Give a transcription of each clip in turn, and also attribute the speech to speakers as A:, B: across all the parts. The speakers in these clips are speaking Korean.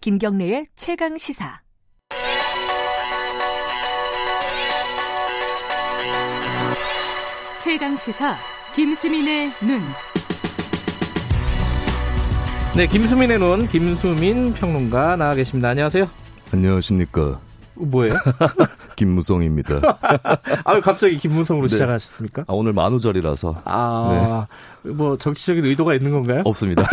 A: 김경래의 최강 시사. 최강 시사 김수민의 눈.
B: 네, 김수민의 눈 김수민 평론가 나와 계십니다. 안녕하세요. 어,
C: 안녕하십니까.
B: 뭐예요?
C: 김무성입니다.
B: 아유 갑자기 김문성으로
C: 네.
B: 시작하셨습니까?
C: 아, 오늘 만우절이라서
B: 아, 뭐 정치적인 의도가 있는 건가요?
C: 없습니다.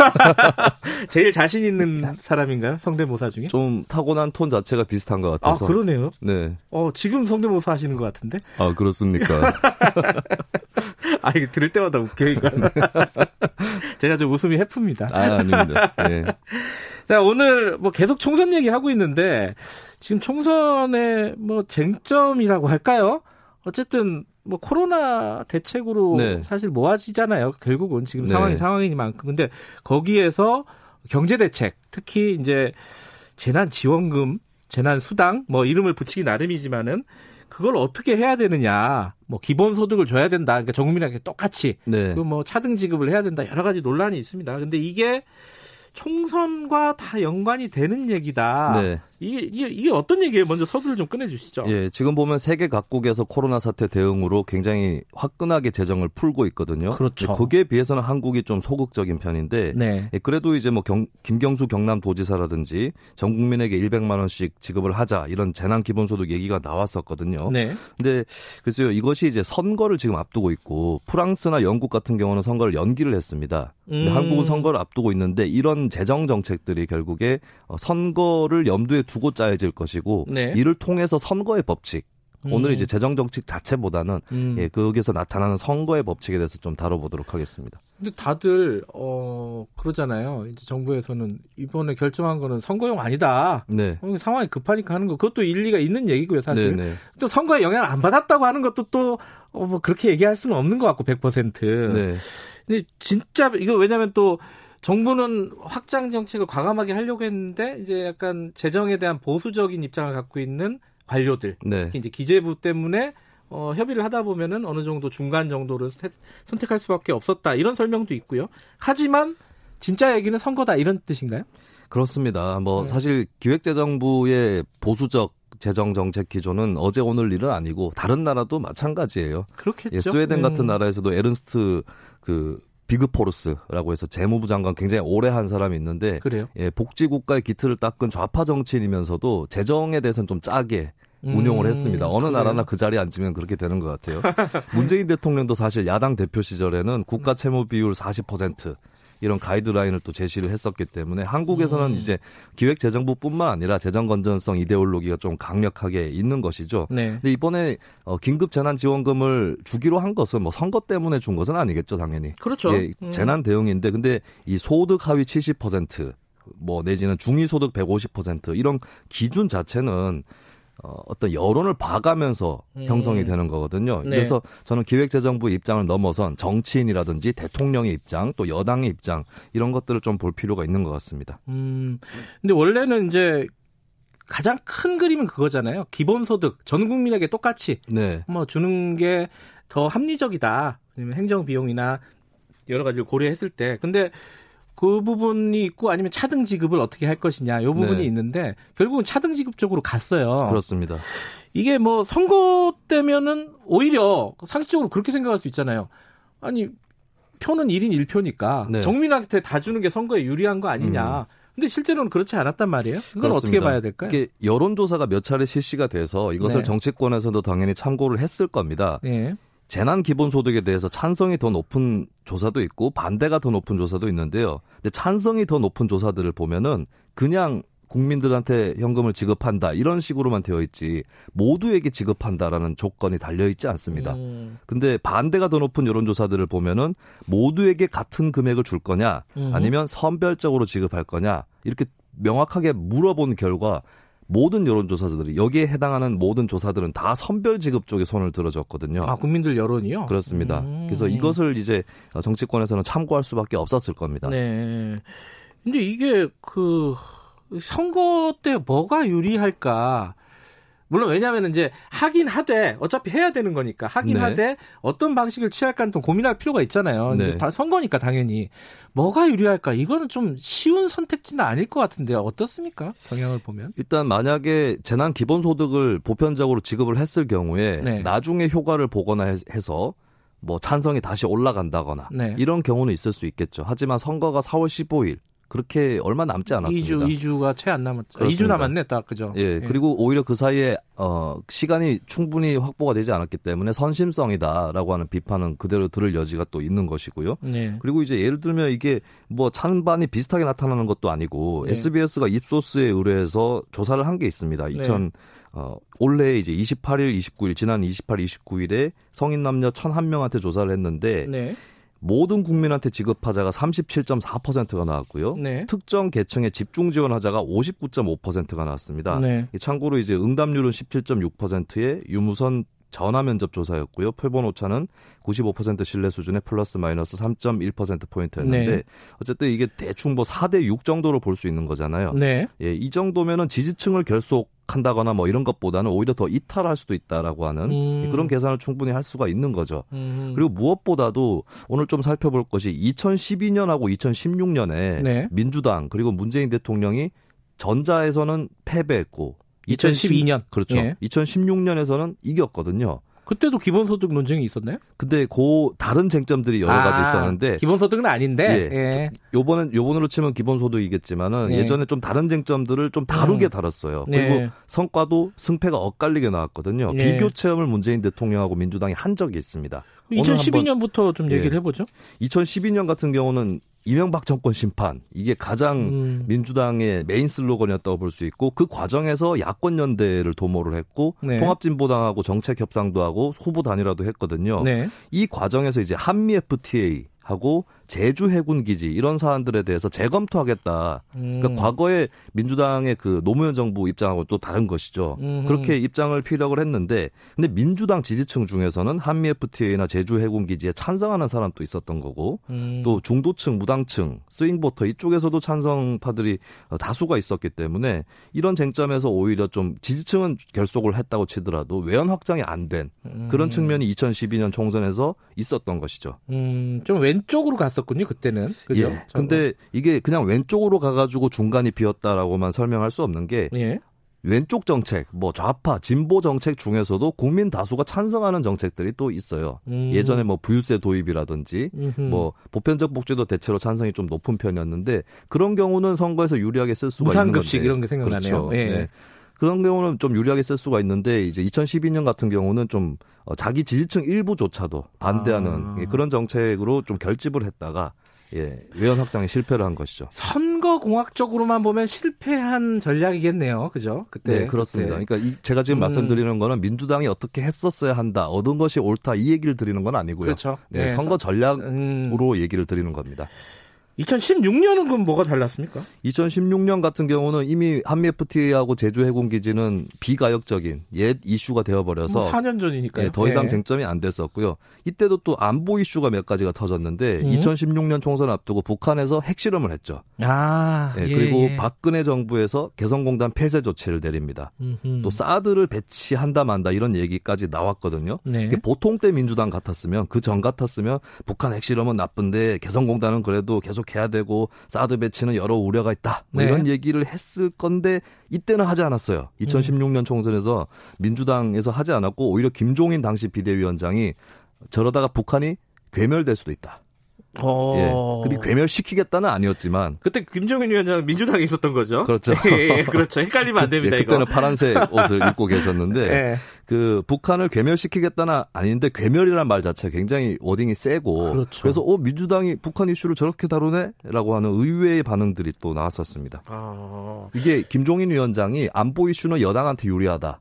B: 제일 자신 있는 사람인가요? 성대모사 중에?
C: 좀 타고난 톤 자체가 비슷한 것
B: 아
C: 같아서.
B: 그러네요.
C: 네.
B: 어 지금 성대모사 하시는 것 같은데?
C: 아, 그렇습니까.
B: 아 이게 들을 때마다 웃겨 이거. 제가 좀 웃음이 해프입니다.
C: 아, 아닙니다. 네.
B: 자, 오늘 뭐 계속 총선 얘기하고 있는데 지금 총선의 뭐 쟁점이라고 할까요? 어쨌든 뭐 코로나 대책으로
C: 네.
B: 사실 모아지잖아요. 결국은 지금
C: 네.
B: 상황이 상황이니만큼. 근데 거기에서 경제 대책, 특히 이제 재난 지원금, 재난 수당 뭐 이름을 붙이기 나름이지만은 그걸 어떻게 해야 되느냐. 뭐 기본 소득을 줘야 된다. 그러니까 전 국민에게 똑같이
C: 네.
B: 그리고 뭐 차등 지급을 해야 된다 여러 가지 논란이 있습니다. 근데 이게 총선과 다 연관이 되는 얘기다.
C: 네.
B: 이게, 이게 이게 어떤 얘기예요? 먼저 서두를 좀 꺼내 주시죠.
C: 예, 지금 보면 세계 각국에서 코로나 사태 대응으로 굉장히 화끈하게 재정을 풀고 있거든요.
B: 그렇죠.
C: 근데 거기에 비해서는 한국이 좀 소극적인 편인데
B: 네.
C: 예, 그래도 이제 뭐 경- 김경수 경남 도지사라든지 전 국민에게 100만 원씩 지급을 하자 이런 재난 기본소득 얘기가 나왔었거든요.
B: 네.
C: 근데 글쎄요 이것이 이제 선거를 지금 앞두고 있고 프랑스나 영국 같은 경우는 선거를 연기를 했습니다. 근데
B: 음.
C: 네, 한국은 선거를 앞두고 있는데 이런 재정 정책들이 결국에 어, 선거를 염두에 두고 짜여질 것이고
B: 네.
C: 이를 통해서 선거의 법칙 오늘
B: 음.
C: 이제 재정 정책 자체보다는
B: 음.
C: 예, 거기서 나타나는 선거의 법칙에 대해서 좀 다뤄보도록 하겠습니다.
B: 근데 다들 어 그러잖아요. 이제 정부에서는 이번에 결정한 거는 선거용 아니다.
C: 네.
B: 어, 상황이 급하니까 하는 거 그것도 일리가 있는 얘기고요, 사실.
C: 네,
B: 또 선거에 영향을 안 받았다고 하는 것도 또뭐 그렇게 얘기할 수는 없는 것 같고 100%.
C: 네. 네.
B: 근데 진짜 이거 왜냐하면 또 정부는 확장 정책을 과감하게 하려고 했는데 이제 약간 재정에 대한 보수적인 입장을 갖고 있는 관료들
C: 네.
B: 특히 이제 기재부 때문에 어, 협의를 하다 보면은 어느 정도 중간 정도를 세- 선택할 수밖에 없었다 이런 설명도 있고요. 하지만 진짜 얘기는 선거다 이런 뜻인가요?
C: 그렇습니다. 뭐
B: 네.
C: 사실 기획재정부의 보수적 재정 정책 기조는 어제 오늘 일은 아니고 다른 나라도 마찬가지예요.
B: 그렇겠죠.
C: 예, 스웨덴
B: 음.
C: 같은 나라에서도 에른스트 그 비그포르스라고 해서 재무부 장관 굉장히 오래 한 사람이 있는데
B: 그래요.
C: 예, 복지국가의 기틀을 닦은 좌파 정치인이면서도 재정에 대해서는 좀 짜게 운용을
B: 음,
C: 했습니다. 어느
B: 그래요.
C: 나라나 그 자리에 앉으면 그렇게 되는 것 같아요. 문재인 대통령도 사실 야당 대표 시절에는 국가 채무 비율 40% 이런 가이드라인을 또 제시를 했었기 때문에 한국에서는
B: 음.
C: 이제 기획재정부뿐만 아니라 재정건전성 이데올로기가 좀 강력하게 있는 것이죠.
B: 네.
C: 근데 이번에 어, 긴급 재난 지원금을 주기로 한 것은 뭐 선거 때문에 준 것은 아니겠죠, 당연히.
B: 그렇죠.
C: 예,
B: 음.
C: 재난 대응인데 근데 이 소득 하위 70%뭐 내지는 중위 소득 150% 이런 기준 자체는 어, 어떤 여론을 봐가면서
B: 음.
C: 형성이 되는 거거든요.
B: 네.
C: 그래서 저는 기획재정부 입장을 넘어선 정치인이라든지 대통령의 입장 또 여당의 입장 이런 것들을 좀 볼 필요가 있는 것 같습니다.
B: 음, 근데 원래는 이제 가장 큰 그림은 그거잖아요. 기본소득 전 국민에게 똑같이
C: 네,
B: 뭐 주는 게 더 합리적이다. 왜냐면 행정 비용이나 여러 가지를 고려했을 때. 근데 그 부분이 있고 아니면 차등 지급을 어떻게 할 것이냐 이 부분이
C: 네. 그렇죠.
B: 있는데 결국은 차등 지급 쪽으로 갔어요.
C: 그렇습니다.
B: 이게 뭐 선거 때면은 오히려 상식적으로 그렇게 생각할 수 있잖아요. 아니 표는 1인 1표니까
C: 네. 음.
B: 정민한테 다 주는 게 선거에 유리한 거 아니냐. 근데 실제로는 그렇지 않았단 말이에요. 그건 어떻게
C: 그렇습니다.
B: 봐야 될까요?
C: 이게 여론조사가 몇 차례 실시가 돼서 이것을
B: 네.
C: 정치권에서도 당연히 참고를 했을 겁니다.
B: 예.
C: 재난 기본소득에 대해서 찬성이 더 높은 조사도 있고 반대가 더 높은 조사도 있는데요. 근데 찬성이 더 높은 조사들을 보면은 그냥 국민들한테 현금을 지급한다 이런 식으로만 되어 있지 모두에게 지급한다라는 조건이 달려 있지 않습니다.
B: 음,
C: 근데 반대가 더 높은 여론조사들을 보면은 모두에게 같은 금액을 줄 거냐
B: 음.
C: 아니면 선별적으로 지급할 거냐 이렇게 명확하게 물어본 결과 모든 여론조사들이 여기에 해당하는 모든 조사들은 다 선별 지급 쪽에 손을 들어줬거든요.
B: 아 국민들 여론이요.
C: 그렇습니다.
B: 음.
C: 그래서 이것을 이제 정치권에서는 참고할 수밖에 없었을 겁니다.
B: 네. 근데 이게 그 선거 때 뭐가 유리할까? 물론 왜냐하면 이제 하긴 하되 어차피 해야 되는 거니까 하긴
C: 네.
B: 하되 어떤 방식을 취할까 좀 고민할 필요가 있잖아요. 근데
C: 네.
B: 다 선거니까 당연히 뭐가 유리할까 이거는 좀 쉬운 선택지는 아닐 것 같은데요. 어떻습니까? 경향을 보면
C: 일단 만약에 재난 기본소득을 보편적으로 지급을 했을 경우에
B: 네.
C: 나중에 효과를 보거나 해- 해서 뭐 찬성이 다시 올라간다거나
B: 네.
C: 이런 경우는 있을 수 있겠죠. 하지만 선거가 4월 15일 그렇게 얼마 남지 않았습니다.
B: 2주 2주가 채 안 남았죠.
C: 그렇습니다.
B: 2주 남았네 딱 그죠.
C: 예, 그리고 오히려 그 사이에 어 시간이 충분히 확보가 되지 않았기 때문에 선심성이다라고 하는 비판은 그대로 들을 여지가 또 있는 것이고요.
B: 네.
C: 그리고 이제 예를 들면 이게 뭐 찬반이 비슷하게 나타나는 것도 아니고
B: 네.
C: SBS가 입소스에 의뢰해서 조사를 한 게 있습니다. 2000 어, 올해 이제 28일, 29일 지난 28, 29일에 성인 남녀 1,001명한테 조사를 했는데
B: 네.
C: 모든 국민한테 지급하자가 37.4%가 나왔고요.
B: 네.
C: 특정 계층에 집중 지원하자가 59.5%가 나왔습니다.
B: 네.
C: 이 참고로 이제 응답률은 17.6%의 유무선 전화 면접 조사였고요. 표본 오차는 95% 신뢰 수준의 플러스 마이너스 3.1% 포인트였는데
B: 네.
C: 어쨌든 이게 대충 뭐 4대 6 정도로 볼 수 있는 거잖아요.
B: 네.
C: 예, 이 정도면은 지지층을 결속한다거나 뭐 이런 것보다는 오히려 더 이탈할 수도 있다라고 하는
B: 음.
C: 그런 계산을 충분히 할 수가 있는 거죠.
B: 음.
C: 그리고 무엇보다도 오늘 좀 살펴볼 것이 2012년하고 2016년에
B: 네.
C: 민주당 그리고 문재인 대통령이 전자에서는 패배했고
B: 2012 년.
C: 그렇죠.
B: 예.
C: 2016년에서는 이겼거든요.
B: 그때도 기본소득 논쟁이 있었나요?
C: 근데 그 다른 쟁점들이 여러 가지
B: 아,
C: 있었는데
B: 기본소득은 아닌데
C: 예,
B: 예.
C: 요번엔 요번으로 치면 기본소득이겠지만은
B: 네.
C: 예전에 좀 다른 쟁점들을 좀 다르게
B: 음.
C: 다뤘어요.
B: 네.
C: 그리고 성과도 승패가 엇갈리게 나왔거든요.
B: 예.
C: 비교 체험을 문재인 대통령하고 민주당이 한 적이 있습니다. 오늘 한번
B: 2012년부터 좀
C: 예.
B: 얘기를 해보죠.
C: 2012년 같은 경우는 이명박 정권 심판 이게 가장
B: 음.
C: 민주당의 메인 슬로건이었다고 볼 수 있고 그 과정에서 야권 연대를 도모를 했고
B: 네.
C: 통합진보당하고 정책 협상도 하고 후보 단일화도 했거든요.
B: 네.
C: 이 과정에서 이제 한미 FTA 하고 제주 해군 기지 이런 사안들에 대해서 재검토하겠다. 그러니까
B: 음.
C: 과거에 민주당의 그 노무현 정부 입장하고 또 다른 것이죠.
B: 음흠.
C: 그렇게 입장을 피력을 했는데 근데 민주당 지지층 중에서는 한미 FTA나 제주 해군 기지에 찬성하는 사람도 있었던 거고
B: 음.
C: 또 중도층, 무당층, 스윙보터 이쪽에서도 찬성파들이 어, 다수가 있었기 때문에 이런 쟁점에서 오히려 좀 지지층은 결속을 했다고 치더라도 외연 확장이 안 된 그런 측면이 2012년 총선에서 있었던 것이죠.
B: 음, 좀 왼쪽으로 갔었군요 그때는. 그죠? 네.
C: 예. 근데 이게 그냥 왼쪽으로 가가지고 중간이 비었다라고만 설명할 수 없는 게
B: 예.
C: 왼쪽 정책, 뭐 좌파, 진보 정책 중에서도 국민 다수가 찬성하는 정책들이 또 있어요.
B: 음.
C: 예전에 뭐 부유세 도입이라든지
B: 음흠.
C: 뭐 보편적 복지도 대체로 찬성이 좀 높은 편이었는데 그런 경우는 선거에서 유리하게 쓸 수가 있는
B: 무상급식
C: 건데.
B: 이런 게 생각나네요.
C: 그렇죠.
B: 예.
C: 네. 그런 경우는 좀 유리하게 쓸 수가 있는데 이제 2012년 같은 경우는 좀 어, 자기 지지층 일부조차도 반대하는
B: 아.
C: 예, 그런 정책으로 좀 결집을 했다가 예, 외연 확장에 실패를 한 것이죠.
B: 선거 공학적으로만 보면 실패한 전략이겠네요. 그죠? 그때.
C: 네, 그렇습니다.
B: 그때.
C: 그러니까 이- 제가 지금
B: 음.
C: 말씀드리는 거는 민주당이 어떻게 했었어야 한다, 얻은 것이 옳다 이 얘기를 드리는 건 아니고요.
B: 그렇죠.
C: 네,
B: 예,
C: 선거 전략으로
B: 음,
C: 얘기를 드리는 겁니다.
B: 2016년은 그럼 뭐가 달랐습니까?
C: 2016년 같은 경우는 이미 한미 FTA하고 제주 해군 기지는 비가역적인 옛 이슈가 되어버려서
B: 뭐 4년 전이니까요.
C: 예, 더 이상
B: 예.
C: 쟁점이 안 됐었고요. 이때도 또 안보 이슈가 몇 가지가 터졌는데
B: 음.
C: 2016년 총선 앞두고 북한에서 핵실험을 했죠.
B: 아,
C: 예,
B: 예,
C: 그리고
B: 예.
C: 박근혜 정부에서 개성공단 폐쇄 조치를 내립니다.
B: 음흠.
C: 또 사드를 배치한다 만다 이런 얘기까지 나왔거든요.
B: 네.
C: 이게 보통 때 민주당 같았으면 그 전 같았으면 북한 핵실험은 나쁜데 개성공단은 그래도 계속 해야 되고 사드 배치는 여러 우려가 있다 뭐
B: 네. 음.
C: 이런 얘기를 했을 건데 이때는 하지 않았어요. 2016년 총선에서 민주당에서 하지 않았고 오히려 김종인 당시 비대위원장이 저러다가 북한이 괴멸될 수도 있다.
B: 어.
C: 예. 근데 괴멸시키겠다는 아니었지만
B: 그때 김정은 위원장 민주당에 있었던 거죠.
C: 그렇죠.
B: 예, 예, 그렇죠. 헷갈리면 안 됩니다.
C: 예, 그때는 네.
B: 이거.
C: 파란색 옷을 입고 계셨는데
B: 예.
C: 그 북한을 괴멸시키겠다나 아닌데 괴멸이란 말 자체가 굉장히 워딩이 세고
B: 그렇죠.
C: 래서어 민주당이 북한 이슈를 저렇게 다루네라고 하는 의외의 반응들이 또 나왔었습니다.
B: 아,
C: 이게 김종인 위원장이 안보 이슈는 여당한테 유리하다.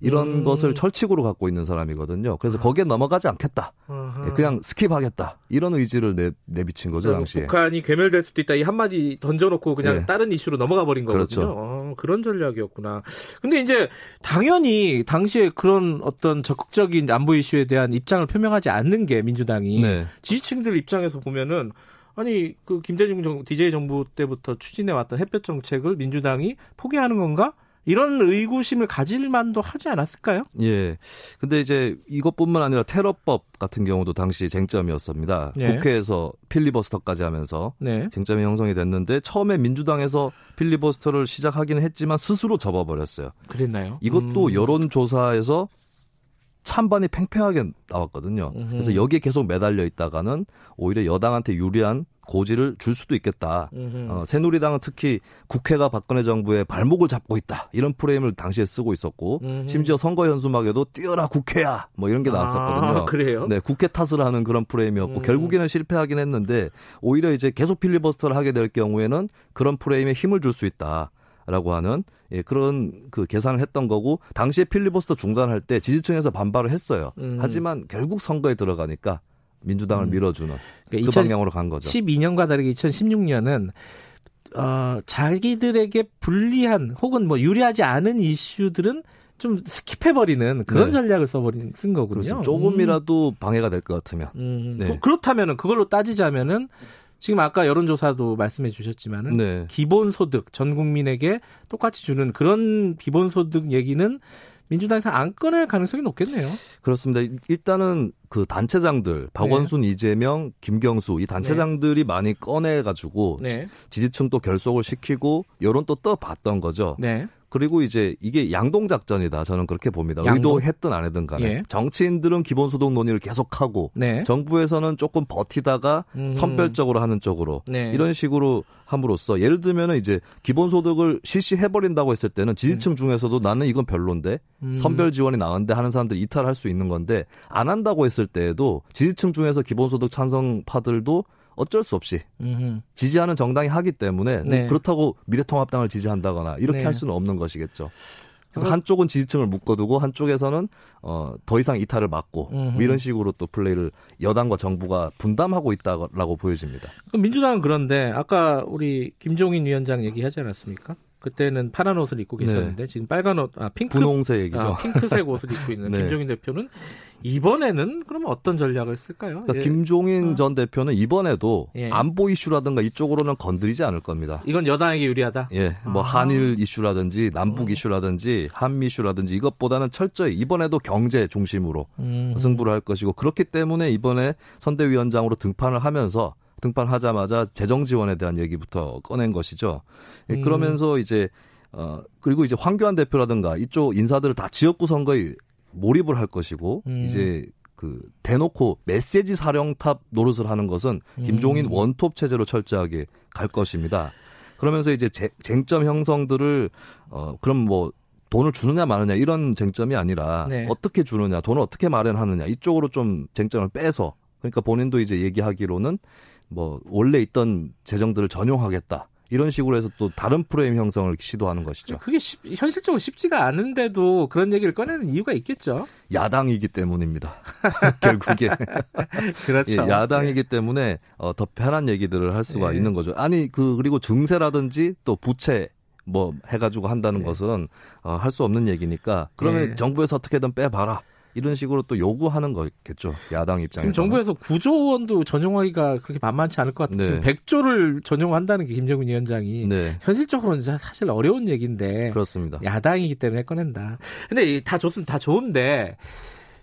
C: 이런
B: 음. 아.
C: 것을 철칙으로 갖고 있는 사람이거든요. 그래서 거기에 넘어가지 않겠다.
B: 아하.
C: 예, 그냥 스킵하겠다. 이런 의지를 내, 내비친 거죠,
B: 그러니까
C: 당시에.
B: 북한이 괴멸될 수도 있다 이 한마디 던져놓고 그냥
C: 예.
B: 다른 이슈로 넘어가 버린 거거든요.
C: 그렇죠.
B: 어, 그런 전략이었구나. 근데 이제 당연히 당시에 그런 어떤 적극적인 안보 이슈에 대한 입장을 표명하지 않는 게 민주당이
C: 네.
B: 지지층들 입장에서 보면은 아니 그 김대중 정, DJ 정부 때부터 추진해 왔던 햇볕 정책을 민주당이 포기하는 건가? 이런 의구심을 가질 만도 하지 않았을까요?
C: 예. 근데 이제 이것뿐만 아니라 테러법 같은 경우도 당시 쟁점이었습니다.
B: 예.
C: 국회에서 필리버스터까지 하면서
B: 네.
C: 쟁점이 형성이 됐는데 처음에 민주당에서 필리버스터를 시작하기는 했지만 스스로 접어버렸어요.
B: 그랬나요?
C: 이것도
B: 음.
C: 여론조사에서 찬반이 팽팽하게 나왔거든요.
B: 음흠.
C: 그래서 여기에 계속 매달려 있다가는 오히려 여당한테 유리한 고지를 줄 수도 있겠다.
B: 음흠.
C: 어, 새누리당은 특히 국회가 박근혜 정부의 발목을 잡고 있다 이런 프레임을 당시에 쓰고 있었고
B: 음흠.
C: 심지어 선거 현수막에도 뛰어라 국회야 뭐 이런 게 나왔었거든요.
B: 아, 그래요?
C: 네, 국회 탓을 하는 그런 프레임이었고
B: 음.
C: 결국에는 실패하긴 했는데 오히려 이제 계속 필리버스터를 하게 될 경우에는 그런 프레임에 힘을 줄 수 있다라고 하는 예, 그런 그 계산을 했던 거고 당시에 필리버스터 중단할 때 지지층에서 반발을 했어요.
B: 음.
C: 하지만 결국 선거에 들어가니까 민주당을 밀어주는 그
B: 그러니까 2000
C: 방향으로 간 거죠.
B: 12년과 다르게 2016년은 어, 자기들에게 불리한 혹은 뭐 유리하지 않은 이슈들은 좀 스킵해버리는 그런
C: 네.
B: 전략을 써버린 쓴 거군요.
C: 그래서 그렇죠. 조금이라도 방해가 될 것 같으면
B: 음, 음.
C: 네.
B: 그- 그렇다면은 그걸로 따지자면은 지금 아까 여론조사도 말씀해주셨지만은
C: 네.
B: 기본소득 전 국민에게 똑같이 주는 그런 기본소득 얘기는 민주당에서 안 꺼낼 가능성이 높겠네요.
C: 그렇습니다. 일- 일단은 그 단체장들 박원순,
B: 네.
C: 이재명, 김경수 이 단체장들이 많이 꺼내 가지고
B: 네,
C: 지지층 또 결속을 시키고 여론 또 떠봤던 거죠.
B: 네,
C: 그리고 이제 이게 양동 작전이다. 저는 그렇게 봅니다.
B: 양동?
C: 의도했든 안 했든 간에
B: 예.
C: 정치인들은 기본소득 논의를 계속하고
B: 네.
C: 정부에서는 조금 버티다가
B: 음.
C: 선별적으로 하는 쪽으로
B: 네.
C: 이런 식으로 함으로써 예를 들면은 이제 기본소득을 실시해 버린다고 했을 때는 지지층 중에서도 나는 이건 별론데
B: 음.
C: 선별 지원이 나은데 하는 사람들이 이탈할 수 있는 건데 안 한다고 했을 때에도 지지층 중에서 기본소득 찬성파들도 어쩔 수 없이
B: 음흠.
C: 지지하는 정당이 하기 때문에
B: 네.
C: 그렇다고 미래통합당을 지지한다거나 이렇게
B: 네.
C: 할 수는 없는 것이겠죠. 그래서
B: 그거-
C: 한쪽은 지지층을 묶어두고 한쪽에서는 어, 더 이상 이탈을 막고 뭐
B: 음흠.
C: 이런 식으로 또 플레이를 여당과 정부가 분담하고 있다라고 보여집니다.
B: 그럼 민주당은 그런데 아까 우리 김종인 위원장 얘기하지 않았습니까? 그때는 파란 옷을 입고 계셨는데 지금 빨간 옷, 아 핑크
C: 네. 분홍세 얘기죠.
B: 아, 핑크색 옷을 입고 있는
C: 네.
B: 김종인 대표는 이번에는 그러면 어떤 전략을 쓸까요?
C: 그러니까
B: 예.
C: 김종인 전 대표는 이번에도
B: 예.
C: 안보 이슈라든가 이쪽으로는 건드리지 않을 겁니다.
B: 이건 여당에게 유리하다.
C: 예, 뭐
B: 아.
C: 한일 이슈라든지 남북 이슈라든지 한미 이슈라든지 이것보다는 철저히 이번에도 경제 중심으로
B: 음.
C: 승부를 할 것이고 그렇기 때문에 이번에 선대위원장으로 등판을 하면서 등판하자마자 재정 지원에 대한 얘기부터 꺼낸 것이죠. 예,
B: 음.
C: 그러면서 이제 어 그리고 이제 황교안 대표라든가 이쪽 인사들을 다 지역구 선거에 몰입을 할 것이고
B: 음.
C: 이제 그 대놓고 메시지 사령탑 노릇을 하는 것은
B: 음.
C: 김종인 원톱 체제로 철저하게 갈 것입니다. 그러면서 이제 쟁- 쟁점 형성들을 어 그럼 뭐 돈을 주느냐 마느냐 이런 쟁점이 아니라
B: 네.
C: 어떻게 주느냐 돈을 어떻게 마련하느냐 이쪽으로 좀 쟁점을 빼서 그러니까 본인도 이제 얘기하기로는 뭐 원래 있던 재정들을 전용하겠다 이런 식으로 해서 또 다른 프레임 형성을 시도하는 것이죠
B: 그렇죠. 그게 쉽- 현실적으로 쉽지가 않은데도 그런 얘기를 꺼내는 이유가 있겠죠.
C: 야당이기 때문입니다 결국에
B: 그렇죠.
C: 예, 야당이기 때문에 어, 더 편한 얘기들을 할 수가
B: 예.
C: 있는 거죠. 아니 그 그리고 증세라든지 또 부채 뭐 해가지고 한다는 것은 어, 할 수 없는 얘기니까 그러면
B: 예.
C: 정부에서 어떻게든 빼봐라 이런 식으로 또 요구하는 거겠죠. 야당
B: 지금
C: 입장에서
B: 정부에서 9조 원도 전용하기가 그렇게 만만치 않을 것 같은데
C: 네.
B: 100조를 전용한다는 게 김정은 위원장이
C: 네 그렇죠.
B: 현실적으로는 사- 사실 어려운 얘기인데
C: 그렇습니다.
B: 예, 야당이기 때문에 꺼낸다. 근데 이다 좋습니다. 다 좋은데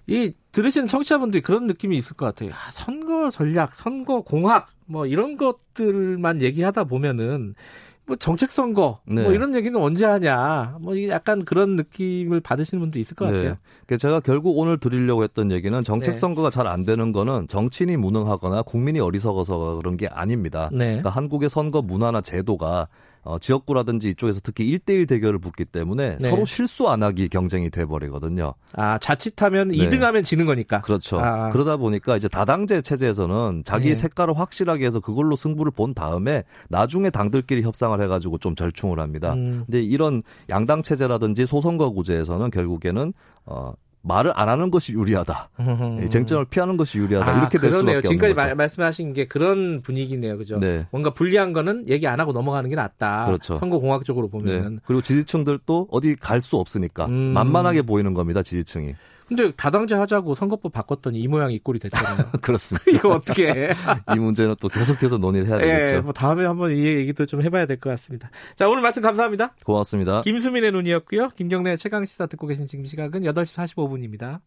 B: 이 들으시는 청취자분들이 그런 느낌이 있을 것 같아요. 아, 선거 전략, 선거 공학 뭐 이런 것들만 얘기하다 보면은 뭐 정책 선거
C: 네.
B: 뭐 이런 얘기는 언제 하냐 뭐이 약간 그런 느낌을 받으시는 분도 있을
C: 네.
B: 것 같아요.
C: 그래서 제가 결국 오늘 드리려고 했던 얘기는 정책
B: 네.
C: 선거가 잘 안 되는 거는 정치인이 무능하거나 국민이 어리석어서 그런 게 아닙니다.
B: 네.
C: 그러니까 한국의 선거 문화나 제도가 어, 지역구라든지 이쪽에서 특히 1대1 대결을 붙기 때문에
B: 네.
C: 서로 실수 안 하기 경쟁이 돼버리거든요.
B: 아 자칫하면
C: 네.
B: 2등하면 지는 거니까.
C: 그렇죠.
B: 아.
C: 그러다 보니까 이제 다당제 체제에서는 자기의
B: 네.
C: 색깔을 확실하게 해서 그걸로 승부를 본 다음에 나중에 당들끼리 협상을 해가지고 좀 절충을 합니다.
B: 음.
C: 근데 이런 양당 체제라든지 소선거 구제에서는 결국에는 어, 말을 안 하는 것이 유리하다. 이 예, 쟁점을 피하는 것이 유리하다.
B: 음. 아,
C: 이렇게 될
B: 그러네요.
C: 수밖에
B: 지금까지
C: 없는 거죠.
B: 마- 말씀하신 게 그런 분위기네요. 그죠?
C: 네.
B: 뭔가 불리한 거는 얘기 안 하고 넘어가는 게 낫다.
C: 그렇죠.
B: 선거 공학적으로 보면은
C: 네. 그리고 지지층들도 어디 갈 수 없으니까
B: 음.
C: 만만하게 보이는 겁니다. 지지층이.
B: 근데 다당제 하자고 선거법 바꿨더니 이 모양 이 꼴이 됐잖아요. 아,
C: 그렇습니다.
B: 이거 어떻게 해?
C: 이 문제는 또 계속해서 논의를 해야
B: 예,
C: 되겠죠.
B: 뭐 다음에 한번 이 얘기도 좀 해봐야 될 것 같습니다. 자, 오늘 말씀 감사합니다.
C: 고맙습니다.
B: 김수민의 눈이었고요. 김경래 최강 시사 듣고 계신 지금 시각은 8시 45분입니다.